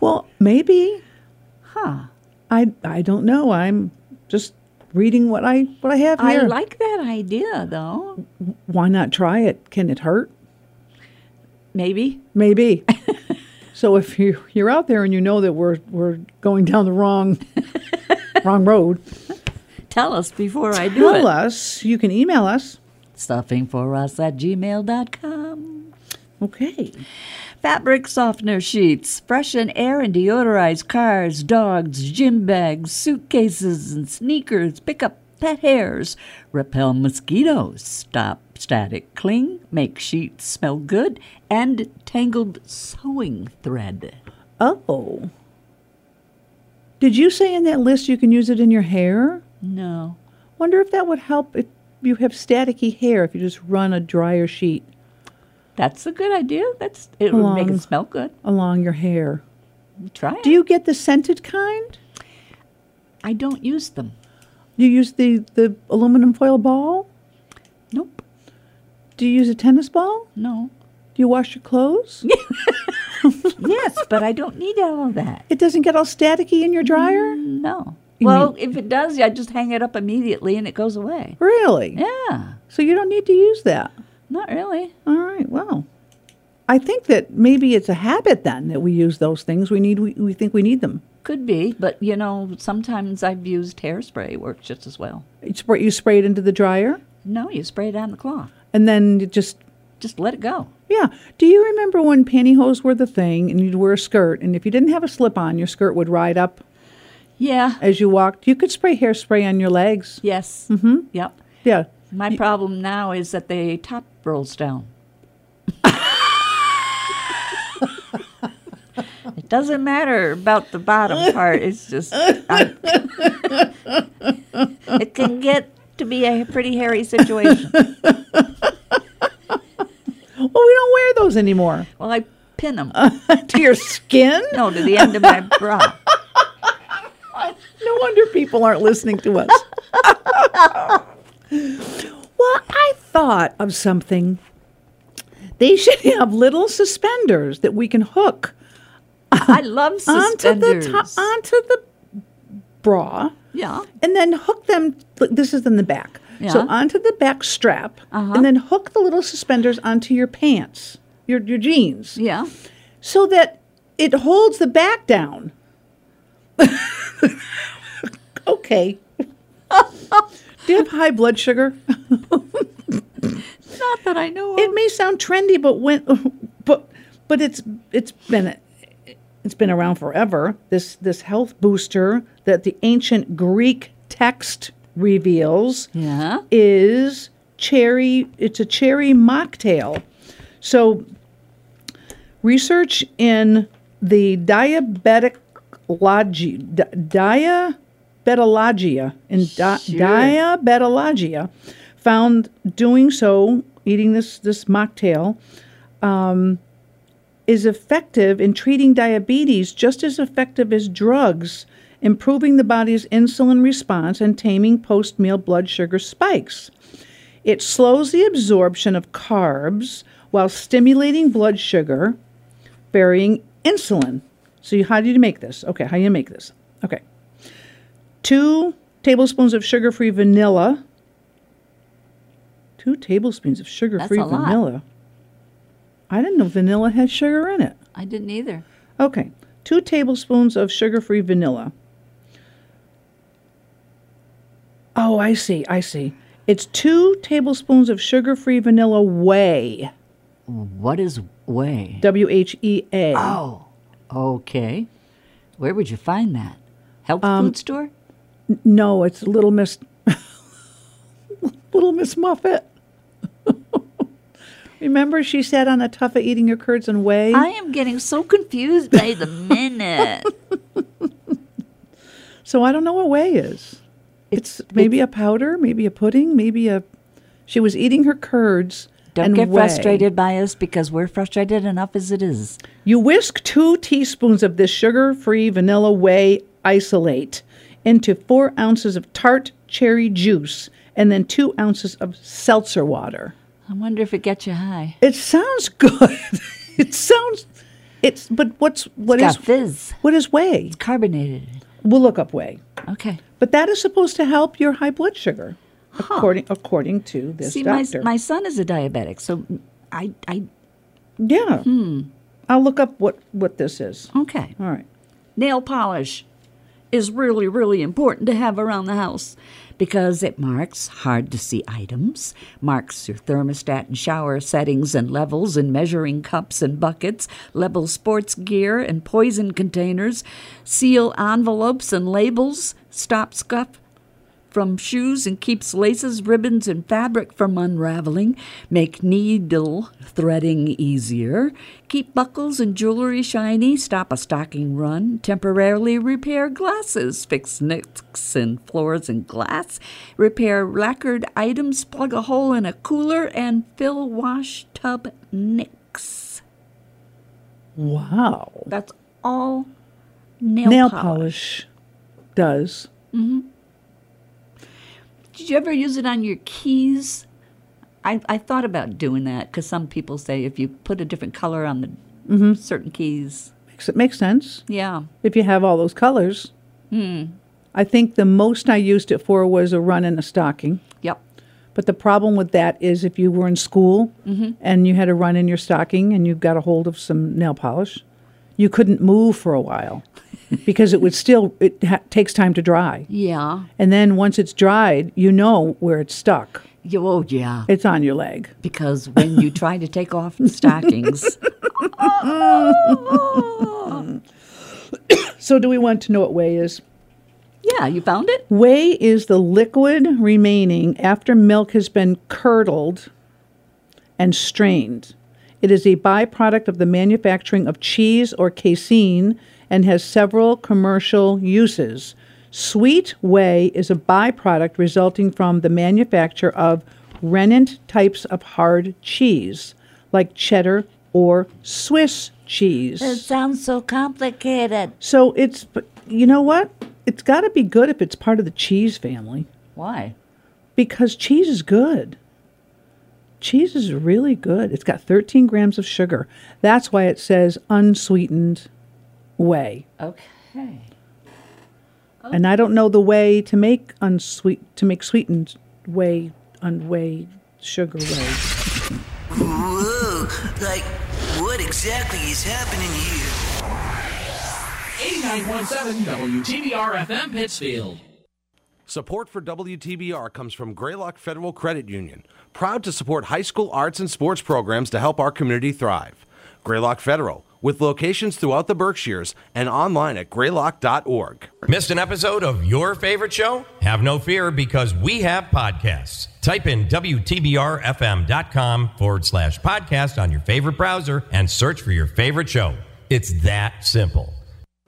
well, maybe.
Huh.
I I don't know. I'm just reading what I what I have
I
here.
like that idea though.
Why not try it? Can it hurt?
Maybe. [LAUGHS]
Maybe. so if you you're out there and you know that we're we're going down
[LAUGHS]
the wrong wrong road,
Tell us before I do
tell
it.
us. You can email us.
Stuffing for us at gmail.com.
Okay.
Fabric softener sheets, freshen air and deodorize cars, dogs, gym bags, suitcases, and sneakers. Pick up pet hairs, repel mosquitoes, stop static cling, make sheets smell good, and tangled sewing thread.
Oh. Did you say in that list you can use it in your hair?
No.
Wonder if that would help if you have staticky hair if you just run a dryer sheet
That's a good idea. That's it would make
Long.
it smell good.
along your hair.
Try it.
Do you get the scented kind?
I don't use them.
Do you use the, the aluminum foil ball?
Nope.
Do you use a tennis ball?
No.
Do you wash your clothes?
yes, but I don't need all of that.
It doesn't get all staticky in your
Mm-hmm.
dryer?
No.
You
well, if it does, I just hang it up immediately and it goes away.
Really?
Yeah,
So you don't need to use that.
not really.
All right, well. I think that maybe it's a habit then that we use those things. We need we, we think we need them.
Could be, but you know, sometimes I've used hairspray, it works just as well.
You spray, you spray it into the dryer
No, you spray it on the cloth,
and then you just
just let it go.
yeah. Do you remember when pantyhose were the thing and you'd wear a skirt and if you didn't have a slip on, your skirt would ride up
Yeah,
as you walked? You could spray hairspray on your legs.
yes. Mm-hmm. Yep.
Yeah.
My problem now is that the top rolls down. it doesn't matter about the bottom part. It's just I, [LAUGHS] it can get to be a pretty hairy situation.
Well, Oh, we don't wear those anymore. [LAUGHS]
Well, I pin them.
to your skin?
No, to the end of my bra.
No wonder people aren't listening to us. [LAUGHS] well, I thought of something. They should have little suspenders that we can hook
I love
onto the
suspenders.
top, onto the bra,
Yeah.
and then hook them. like, This is in the back, so
Yeah.
onto the back strap,
Uh-huh.
and then hook the little suspenders onto your pants, your your jeans,
Yeah.
so that it holds the back down. [LAUGHS] okay. Do you have high blood sugar?
Not that I know of.
It may sound trendy, but when, [LAUGHS] but but it's it's been it's been around forever. This this health booster that the ancient Greek text reveals
Yeah.
is cherry. It's a cherry mocktail. So, research in the diabetic logi, di- diabetologia in di-
Sure.
diabetologia found doing so, eating this this mocktail. Um, is effective in treating diabetes just as effective as drugs, improving the body's insulin response and taming post meal blood sugar spikes. It slows the absorption of carbs while stimulating blood sugar, varying insulin. So, you, how do you make this? Okay, how do you make this? Okay. Two tablespoons of sugar free vanilla. Two tablespoons of sugar free
That's a lot.
vanilla. I didn't know vanilla had sugar in it.
I didn't either.
Okay, two tablespoons of sugar free vanilla. Oh, I see, I see. It's two tablespoons of sugar free vanilla whey.
What is way?
W H E A.
Oh, okay. Where would you find that? Health food store?
No, it's Little Miss [LAUGHS] Little Miss Muffet. [LAUGHS] Remember she sat on a tuffet eating her curds and whey?
I am getting so confused by [LAUGHS] the minute.
so I don't know what whey is. It's, maybe a powder, maybe a pudding, maybe a she was eating her curds
Don't
and
get
weigh.
frustrated by us because we're frustrated enough as it is.
You whisk two teaspoons of this sugar free vanilla whey isolate into four ounces of tart cherry juice and then two ounces of seltzer water.
I wonder if it gets you high.
It sounds [LAUGHS] good. it sounds. It's but what's what
It's
is
got fizz.
what is whey?
Carbonated.
We'll look up whey,
Okay.
but that is supposed to help your high blood sugar, according according to this
See, my,
doctor.
my son is a diabetic, so I, I,
yeah,
Hmm.
I'll look up what what this is.
okay.
All right.
nail polish is really, really important to have around the house because it marks hard to see items, marks your thermostat and shower settings and levels and measuring cups and buckets, level sports gear and poison containers, seal envelopes and labels, stop scuff from shoes and keeps laces, ribbons, and fabric from unraveling, make needle threading easier, keep buckles and jewelry shiny, stop a stocking run, temporarily repair glasses, fix nicks in floors and glass, repair lacquered items, plug a hole in a cooler, and fill wash tub nicks.
Wow.
That's all nail,
Nail
polish.
polish does.
Did you ever use it on your keys? I, I thought about doing that because some people say if you put a different color on the certain keys,
Makes it makes sense
yeah.
if you have all those colors. I think the most I used it for was a run in a stocking.
Yep.
But the problem with that is if you were in school and you had a run in your stocking and you got a hold of some nail polish, you couldn't move for a while because it would still it ha- takes time to dry.
Yeah.
And then once it's dried, you know where it's stuck.
You, oh, yeah.
It's on your leg.
Because when [LAUGHS] you try to take off the [LAUGHS] stockings,
So do we want to know what whey is?
yeah, you found it?
Whey is the liquid remaining after milk has been curdled and strained. It is a byproduct of the manufacturing of cheese or casein and has several commercial uses. Sweet whey is a byproduct resulting from the manufacture of rennet types of hard cheese, like cheddar or Swiss cheese.
sounds so complicated.
so it's, but you know what? It's got to be good if it's part of the cheese family
Why?
because cheese is good. Cheese is really good. It's got 13 grams of sugar. That's why it says unsweetened whey.
Okay.
And I don't know the way to make unsweet to make sweetened whey unwhey sugar whey.
Whoa, like, what exactly is happening here?
8917 WTBR FM Pittsfield.
Support for WTBR comes from Greylock Federal Credit Union, proud to support high school arts and sports programs to help our community thrive. Greylock Federal, with locations throughout the Berkshires and online at greylock.org.
Missed an episode of your favorite show? Have no fear because we have podcasts. Type in WTBRFM.com forward slash podcast on your favorite browser and search for your favorite show. It's that simple.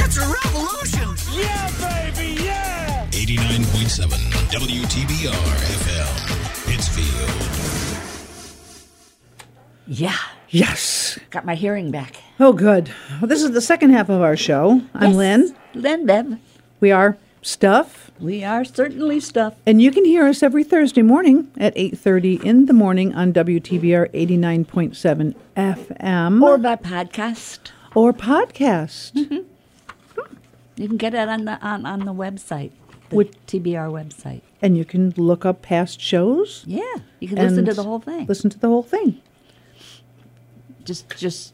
That's a revolution!
Yeah, baby, yeah!
89.7 WTBR FM, Pittsfield.
Yeah.
Yes.
Got my hearing back.
Oh good. Well, this is the second half of our show. I'm Lynn.
Lynn Bev.
We are stuff.
We are certainly stuffed.
And you can hear us every Thursday morning at 8:30 in the morning on WTBR 89.7 FM
Or by podcast.
or podcast.
You can get it on the on, on the website, the
Which-
TBR website.
And you can look up past shows.
Yeah, you can
and
listen to the whole thing.
Listen to the whole thing.
Just, just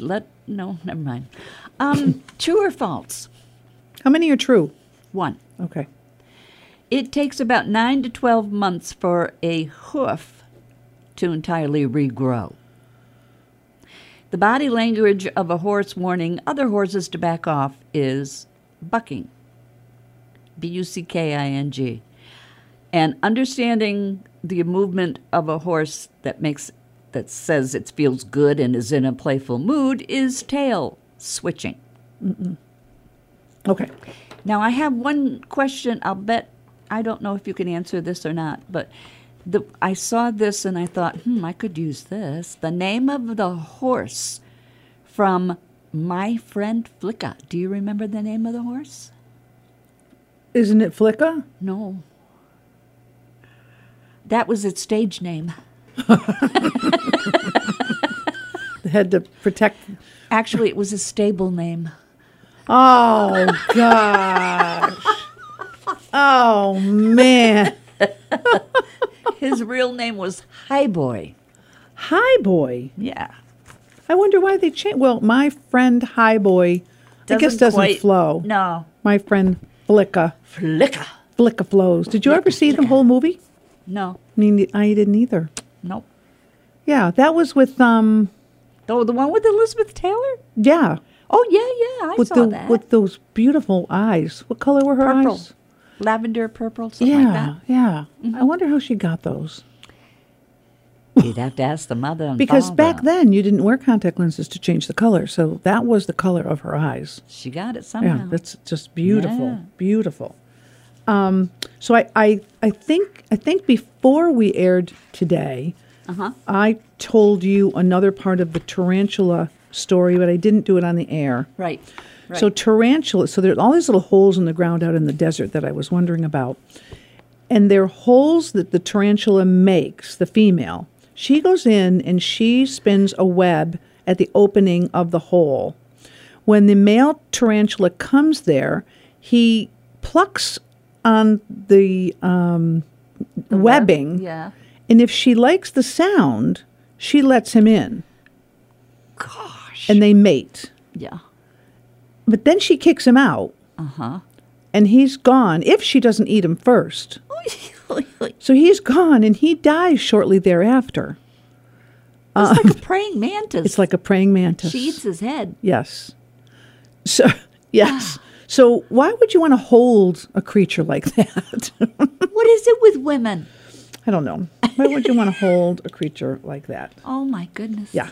let no, never mind. Um, true or false?
How many are true?
One.
Okay.
It takes about nine to twelve months for a hoof to entirely regrow. The body language of a horse warning other horses to back off is bucking. B U C K I N G. And understanding the movement of a horse that makes that says it feels good and is in a playful mood is tail switching.
Mm-mm. Okay.
Now I have one question. I'll bet I don't know if you can answer this or not, but the, I saw this and I thought, hmm, I could use this. The name of the horse from my friend Flicka. Do you remember the name of the horse?
Isn't it Flicka?
No. That was its stage name.
They had to protect.
Actually, it was a stable name.
Oh gosh. oh man.
His real name was Highboy.
Hi boy.
Yeah.
I wonder why they changed. Well, my friend Hi boy, I guess doesn't
quite-
flow.
No.
My friend Flicka.
Flicka.
Flicka flows. Did you ever see the whole movie?
No.
I mean, I didn't either.
Nope.
Yeah, that was with um.
Oh, the one with Elizabeth Taylor?
Yeah.
Oh, yeah, yeah. I
with
saw
the
that.
with those beautiful eyes. What color were her
purple.
eyes?
Lavender purple, something like
Yeah,
that. Mm-hmm.
yeah. I wonder how she got those.
You'd have to ask the mother and
Because
father.
back then you didn't wear contact lenses to change the color, so that was the color of her eyes.
She got it somehow.
Yeah, that's just beautiful,
Oh, Yeah.
beautiful. Um, so I, I, I think I think before we aired today,
Uh-huh.
I told you another part of the tarantula story, but I didn't do it on the air.
Right. right.
So tarantulas, so there's all these little holes in the ground out in the desert that I was wondering about. And they're holes that the tarantula makes, the female. She goes in and she spins a web at the opening of the hole. When the male tarantula comes there, he plucks on the, um, webbing.
yeah.
And if she likes the sound, she lets him in
Gosh.
and they mate.
yeah. [LAUGHS]
But then she kicks him out.
Uh-huh.
And he's gone if she doesn't eat him first.
Uh-huh.
So he's gone and he dies shortly thereafter.
it's like a praying mantis.
Uh. It's like a praying mantis.
she eats his
[LAUGHS]
head.
Yes. So, [LAUGHS]
Ah.
yes. So why would you want to hold a creature like [LAUGHS] that?
What is it with women?
I don't know. Why would you want to hold a creature like that?
Oh my goodness.
Yeah.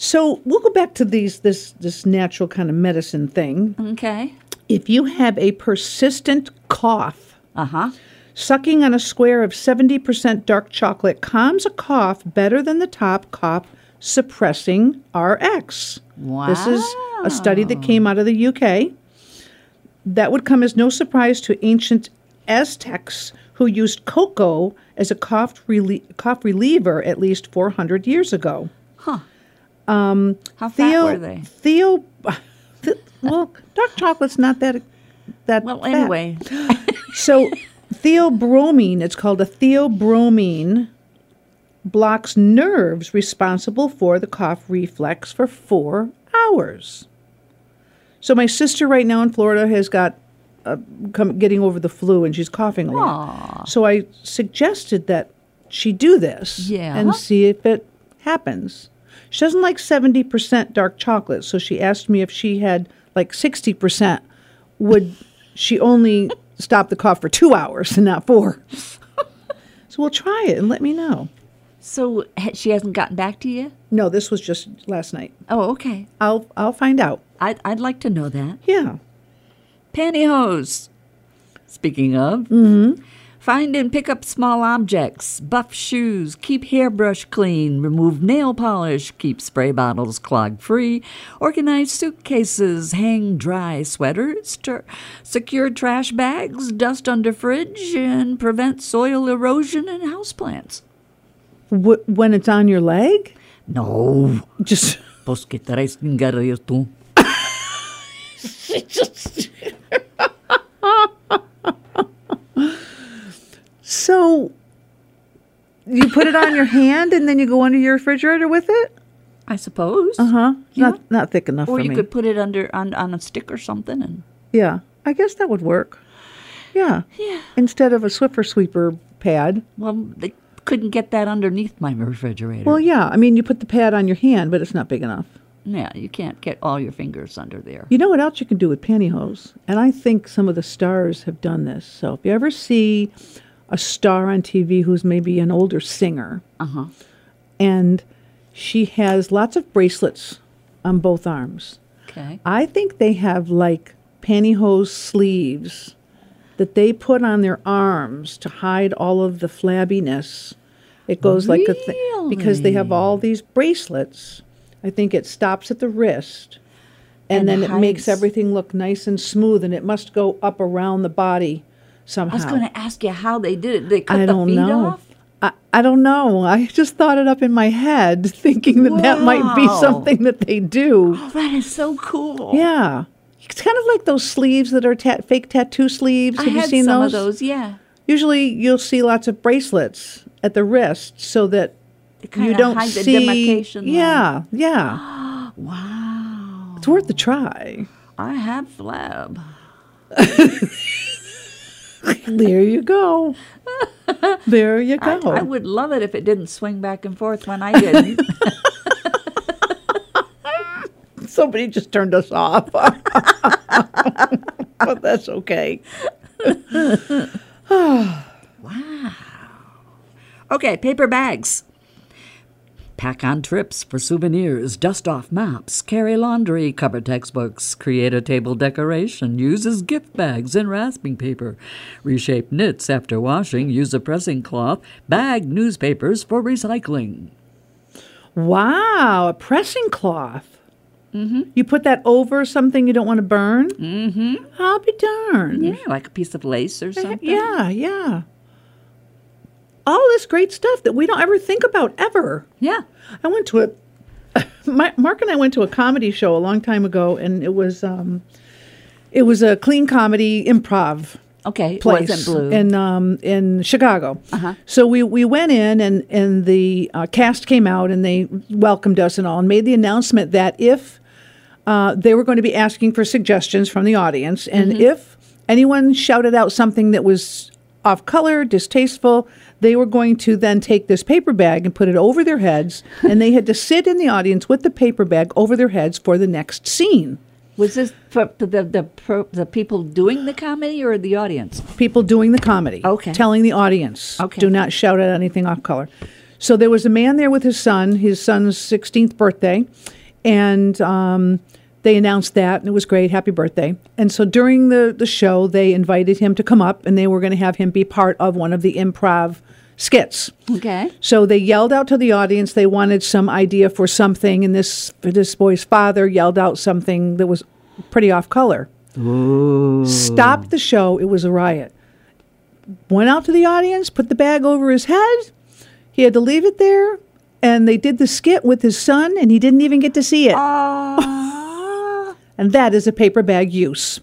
So we'll go back to these this this natural kind of medicine thing.
Okay.
If you have a persistent cough,
Uh huh.
Sucking on a square of 70% dark chocolate calms a cough better than the top cough suppressing RX. This is a study that came out of the UK. That would come as no surprise to ancient Aztecs who used cocoa as a cough, rele- cough reliever at least 400 years ago.
How
Theo,
fat were they?
Theo, [LAUGHS] well, dark chocolate's not that that.
Well,
fat.
anyway,
So theobromine, it's called a theobromine, blocks nerves responsible for the cough reflex for four hours. So my sister right now in Florida has got uh, come getting over the flu and she's coughing a lot. So I suggested that she do this
Yeah.
and see if it happens. She doesn't like 70% dark chocolate, so she asked me if she had like 60%, would she only stop the cough for two hours and not four? [LAUGHS] so we'll try it and let me know.
so ha- she hasn't gotten back to you?
No, this was just last night.
Oh, okay.
I'll I'll find out.
I'd, I'd like to know that.
Yeah.
Pantyhose. Speaking of, Mm-hmm. find and pick up small objects, buff shoes, keep hairbrush clean, remove nail polish, keep spray bottles clog free, organize suitcases, hang dry sweaters, tur- secure trash bags, dust under fridge, and prevent soil erosion and houseplants.
Wh- when it's on your leg,
No,
just [LAUGHS]
pues que traes engarrido tú.
so you put it on your hand and then you go under your refrigerator with it.
I suppose.
Uh huh.
Yeah.
Not not thick enough
Uh-huh. Or
for
you
me.
could put it under on, on a stick or something and
yeah, I guess that would work. Yeah.
Yeah.
Instead of a Swiffer sweeper pad,
Well, they
couldn't get that underneath my refrigerator.
Well, yeah. I mean, you put the pad on your hand, but it's not big enough.
yeah, you can't get all your fingers under there.
You know what else you can do with pantyhose? And I think some of the stars have done this. So if you ever see a star on TV who's maybe an older singer,
Uh-huh.
and she has lots of bracelets on both arms.
Okay.
I think they have like pantyhose sleeves that they put on their arms to hide all of the flabbiness. It goes like a thing because they have all these bracelets. I think it stops at the wrist and, then
And
it makes
hides-
everything look nice and smooth and it must go up around the body somehow.
I was going to ask you how they did it. They cut
I
the
don't
feet
know.
off.
I, I don't know. I just thought it up in my head, [LAUGHS] thinking that that might be
Wow.
something that they do.
Oh, that is so cool.
Yeah. It's kind of like those sleeves that are ta- fake tattoo sleeves.
I
Have
had
you seen
some
those?
of those. Yeah.
Usually you'll see lots of bracelets at the wrist so that
kinda
you don't
hide the
see.
demarcation line.
yeah, yeah.
[GASPS] Wow.
It's worth a try.
I have flab.
There you
[LAUGHS]
go. there you
I,
go.
I would love it if it didn't swing back and forth
[LAUGHS]
when I did.
Somebody just turned us off. [LAUGHS] but that's okay.
okay, paper bags. Pack on trips for souvenirs, dust off maps, carry laundry, cover textbooks, create a table decoration, use as gift bags and rasping paper, reshape knits after washing, use a pressing cloth, bag newspapers for recycling.
Wow, a pressing cloth. Mm-hmm. You put that over something you don't want to burn? Mm-hmm. I'll be darned.
Yeah, like a piece of lace or something.
Yeah, yeah. All this great stuff that we don't ever think about ever.
Yeah.
I went to a [LAUGHS] my, Mark and I went to a comedy show a long time ago, and it was um, it was a clean comedy improv
Okay.
place
Wasn't blue.
in um, in Chicago. So we, we went in and and the uh, cast came out and they welcomed us and all and made the announcement that if uh, they were going to be asking for suggestions from the audience and if anyone shouted out something that was off color, distasteful, they were going to then take this paper bag and put it over their heads and they had to sit in the audience with the paper bag over their heads for the next scene.
Was this for the the pro, the people doing the comedy or the audience?
people doing the comedy.
Okay.
Telling the audience.
Okay.
Do not shout at anything off color. So there was a man there with his son, his son's 16th birthday, and um, they announced that, and it was great. Happy birthday. And so during the, the show, they invited him to come up, and they were going to have him be part of one of the improv skits.
Okay.
So they yelled out to the audience they wanted some idea for something, and this this boy's father yelled out something that was pretty off color. Stopped the show. It was a riot. Went out to the audience, put the bag over his head. He had to leave it there, and they did the skit with his son, and he didn't even get to see it. [LAUGHS] and that is a paper bag use.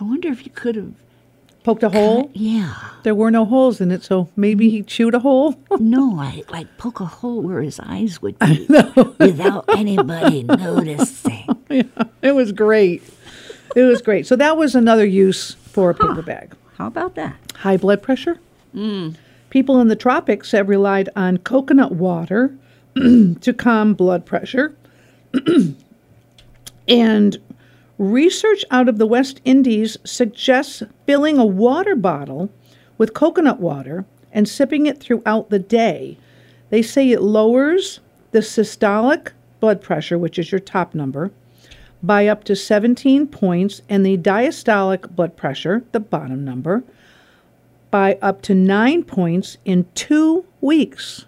I wonder if you could have.
Poked a hole.
Yeah.
There were no holes in it, so maybe he chewed a hole.
No, I like poke a hole where his eyes [LAUGHS] would be without [LAUGHS] anybody noticing.
It was great. It was great. So that was another use for a paper bag.
How about that?
High blood pressure. People in the tropics have relied on coconut water [CLEARS THROAT] to calm blood pressure. [CLEARS THROAT] and research out of the West Indies suggests filling a water bottle with coconut water and sipping it throughout the day. They say it lowers the systolic blood pressure, which is your top number, by up to 17 points, and the diastolic blood pressure, the bottom number, by up to nine points in two weeks.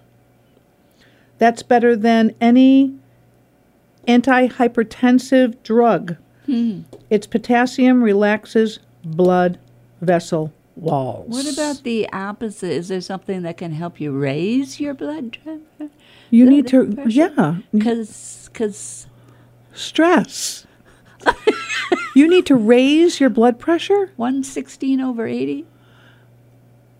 That's better than any antihypertensive drug.
Hmm.
Its potassium relaxes blood vessel walls.
What about the opposite? Is there something that can help you raise your blood pressure?
you need to yeah
Mm. Because because [LAUGHS]
stress. you need to raise your blood pressure.
one sixteen over eighty,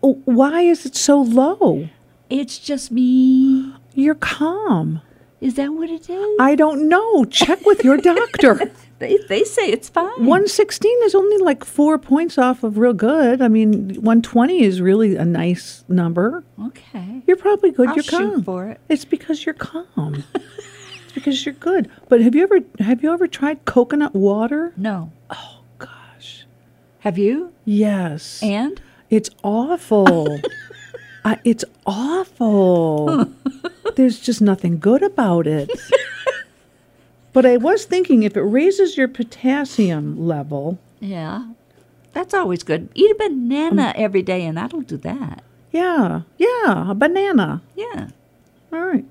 Oh, Why is it so low?
it's just me.
You're calm.
Is that what it is?
I don't know. Check with your
[LAUGHS]
doctor.
They, they say it's fine.
116 is only like four points off of real good. I mean, 120 is really a nice number.
Okay.
You're probably good.
I'll
you're
shoot
calm.
for it.
It's because you're calm. it's because you're good. But have you ever have you ever tried coconut water?
No.
Oh gosh.
Have you?
Yes.
And?
It's
[LAUGHS]
awful. I, it's awful. There's just nothing good
[LAUGHS]
about it. but I was thinking if it raises your potassium level,
Yeah. That's always good. Eat a banana
Um,
every day, and I don't do that.
yeah, yeah, a banana.
Yeah.
All right.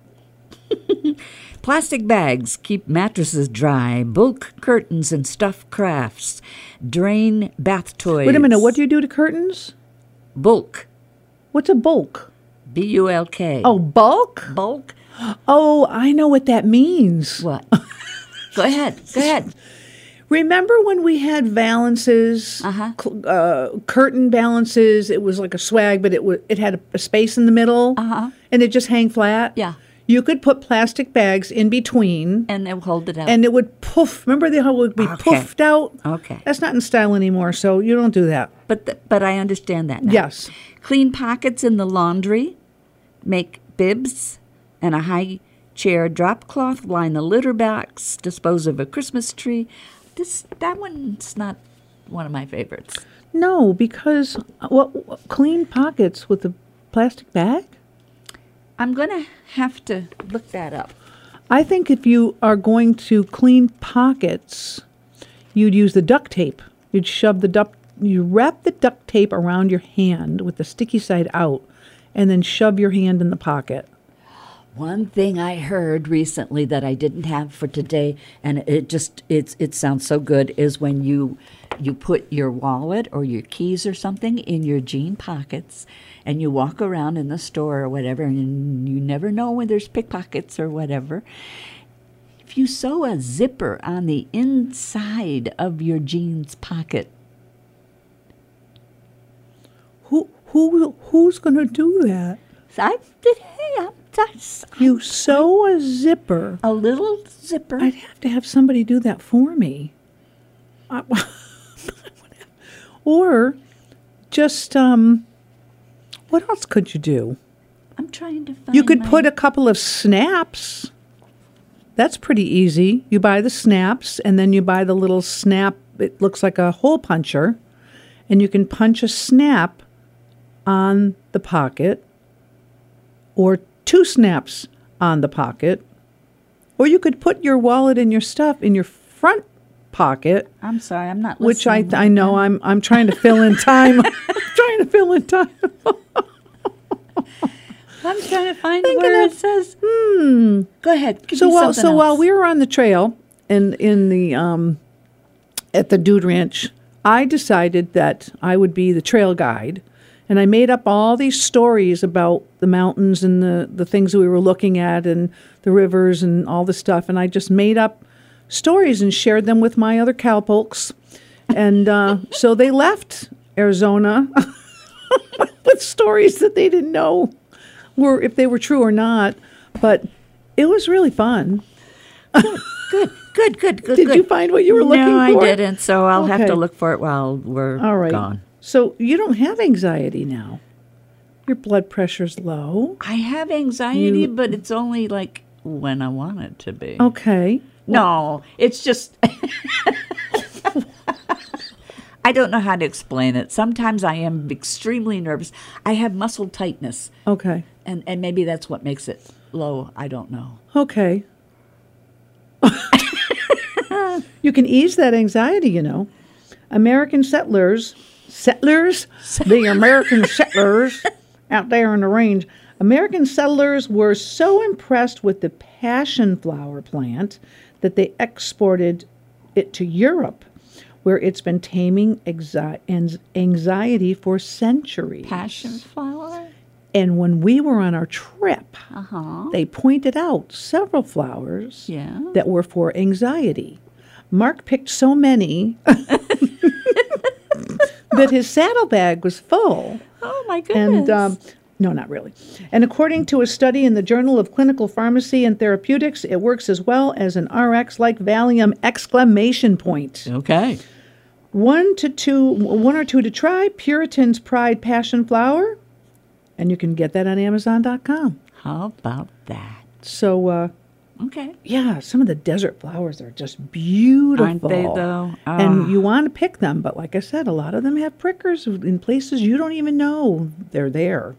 Plastic bags keep mattresses dry, bulk curtains and stuffed crafts, drain bath toys.
Wait a minute. What do you do to curtains?
Bulk.
What's a bulk?
B U L K.
Oh, bulk?
Bulk?
Oh, I know what that means. [LAUGHS]
What? Go ahead. Go ahead.
Remember when we had valances,
Uh-huh.
cl- uh, curtain balances? It was like a swag, but it wa it had a, a space in the middle, uh-huh. and it just hang flat.
Yeah.
you could put plastic bags in between,
And then hold it up.
and it would poof. Remember the, how it would be
Okay.
poofed out?
Okay.
that's not in style anymore. So you don't do that.
but th- but I understand that now.
Yes.
Clean pockets in the laundry, make bibs and a high chair drop cloth, line the litter box, dispose of a Christmas tree. This that one's not one of my favorites.
No, because uh, what, what clean pockets with a plastic bag?
I'm gonna have to look that up.
I think if you are going to clean pockets, you'd use the duct tape. You'd shove the duct, you wrap the duct tape around your hand with the sticky side out, and then shove your hand in the pocket.
One thing I heard recently that I didn't have for today, and it just it's it sounds so good, is when you you put your wallet or your keys or something in your jean pockets, and you walk around in the store or whatever, and you never know when there's pickpockets or whatever. If you sew a zipper on the inside of your jeans pocket,
Who who will, who's going to do that?
I did. Hey, I'm just
You sew a zipper.
a little zipper.
Oh, I'd have to have somebody do that for me. I- [LAUGHS] or just um what else could you do?
I'm trying to find.
You could
my-
put a couple of snaps. That's pretty easy. You buy the snaps and then you buy the little snap. It looks like a hole puncher. And you can punch a snap on the pocket or two snaps on the pocket. Or you could put your wallet and your stuff in your front pocket,
I'm sorry, I'm not.
which I,
listening
I know I'm, I'm trying to fill in time. I'm trying to fill in time.
I'm trying to find
Thinking
where
of-
it says. Hmm. Go ahead. Give
so
me
while
something
so while
else.
we were on the trail and in the um, at the dude ranch, I decided that I would be the trail guide, and I made up all these stories about the mountains and the the things that we were looking at and the rivers and all this stuff, and I just made up stories and shared them with my other cowpokes, and uh, [LAUGHS] so they left Arizona [LAUGHS] with stories that they didn't know were if they were true or not, but it was really fun.
Good, good, good, good.
Did
good.
you find what you were looking
no,
for?
I didn't. So I'll have to
Okay.
look for it while we're
All right.
gone.
So you don't have anxiety now. Your blood pressure's low.
I have anxiety,
You-
but it's only like when I want it to be.
Okay.
No, it's just. [LAUGHS] I don't know how to explain it. Sometimes I am extremely nervous. I have muscle tightness,
Okay.
and, and maybe that's what makes it low. I don't know.
Okay. [LAUGHS] you can ease that anxiety, you know. American settlers, settlers, the American settlers out there in the range. American settlers were so impressed with the passion flower plant that they exported it to Europe, where it's been taming exi- anx- anxiety for centuries.
Passion flower?
And when we were on our trip, they pointed out several flowers
Yeah.
that were for anxiety. Mark picked so many that his saddlebag was full.
Oh my goodness.
And um, No, not really. And according to a study in the Journal of Clinical Pharmacy and Therapeutics, it works as well as an RX like Valium exclamation point.
Okay.
One to two, one or two to try Puritan's Pride Passion Flower, and you can get that on Amazon.com.
How about that?
So, uh,
okay,
yeah, some of the desert flowers are just beautiful,
Aren't they, though?
And
Ah.
you want to pick them, but like I said, a lot of them have prickers in places you don't even know they're there.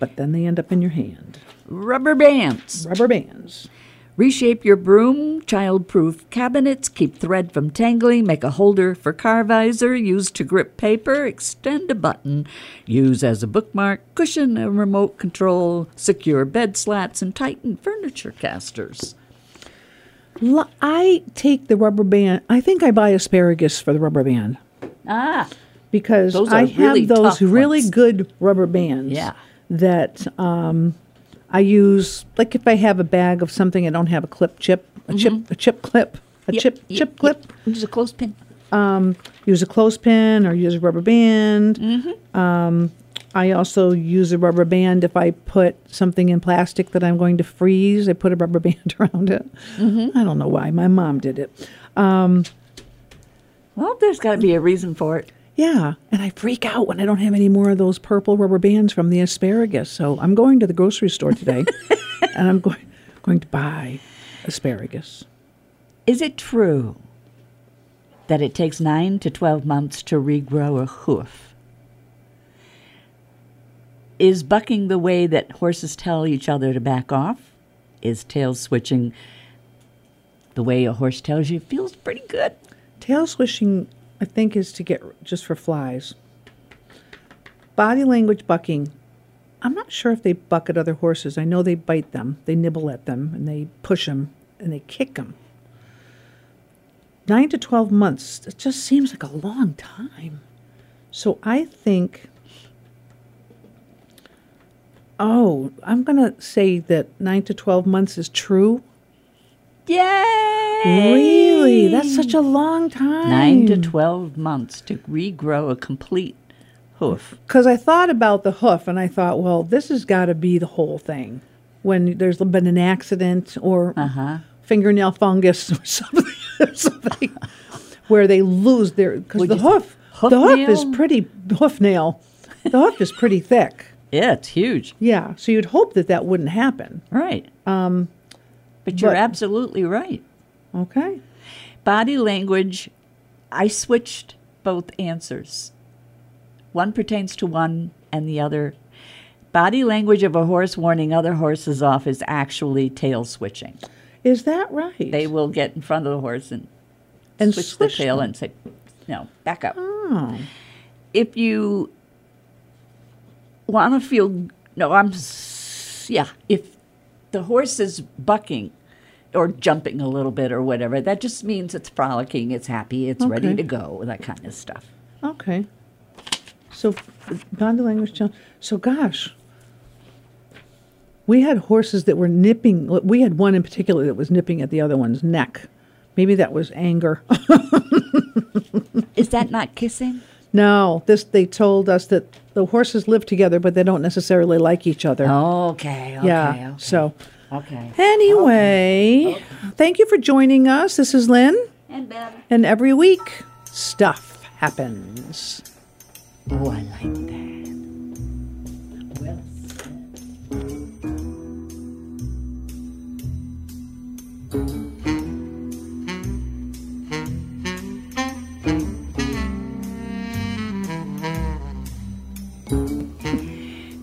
But then they end up in your hand.
Rubber bands.
Rubber bands.
Reshape your broom, child-proof cabinets, keep thread from tangling, make a holder for car visor, use to grip paper, extend a button, use as a bookmark, cushion a remote control, secure bed slats, and tighten furniture casters.
L- I take the rubber band. I think I buy asparagus for the rubber band
Ah,
because
Those
I
are
have
really
those
tough
really
ones.
good rubber bands.
Yeah.
That um, I use, like if I have a bag of something, I don't have a clip chip, a chip, a chip clip, a
Mm-hmm. Yep,
chip,
yep,
chip clip.
use a clothespin.
um, use a clothespin or use a rubber band. Um, I also use a rubber band if I put something in plastic that I'm going to freeze. I put a rubber [LAUGHS] band around it. I don't know why. My mom did it. Um,
Well, there's got to be a reason for it.
yeah, and I freak out when I don't have any more of those purple rubber bands from the asparagus. So I'm going to the grocery store today, and I'm going going to buy asparagus.
Is it true that it takes 9 to 12 months to regrow a hoof? Is bucking the way that horses tell each other to back off? Is tail switching the way a horse tells you feels pretty good?
Tail swishing, I think, is to get just for flies. Body language bucking. I'm not sure if they buck at other horses. I know they bite them, they nibble at them, and they push them, and they kick them. Nine to 12 months, it just seems like a long time. So I think, oh, I'm going to say that nine to 12 months is true.
Yay!
Really? That's such a long time.
9 to 12 months to regrow a complete hoof.
Because I thought about the hoof and I thought, well, this has got to be the whole thing. When there's been an accident or
Uh-huh.
fingernail fungus or [LAUGHS] something, something where they lose their because
Would
the
you-
hoof,
hoof
the hoof is
nail?
pretty the hoof nail, the hoof is pretty thick.
Yeah, it's huge.
Yeah, so you'd hope that that wouldn't happen.
Right. Um, but you're
but-
absolutely right.
Okay,
Body language, I switched both answers. One pertains to one and the other. Body language of a horse warning other horses off is actually tail switching.
is that right?
They will get in front of the horse and,
And
switch
swish
the tail
them.
and say, no, back up.
Oh,
If you want to feel, no, I'm, s- yeah, if the horse is bucking or jumping a little bit or whatever, that just means it's frolicking, it's happy, it's ready
Okay.
to go, that kind of stuff.
okay. So body language. challenge. So gosh, We had horses that were nipping. We had one in particular that was nipping at the other one's neck. Maybe that was anger. [LAUGHS]
Is that not kissing?
no, this they told us that the horses live together, but they don't necessarily like each other.
Okay, okay,
yeah.
Oh, okay.
So
okay.
anyway, thank you for joining us. This is Lynn,
And better.
and every week stuff happens.
Oh, I like that.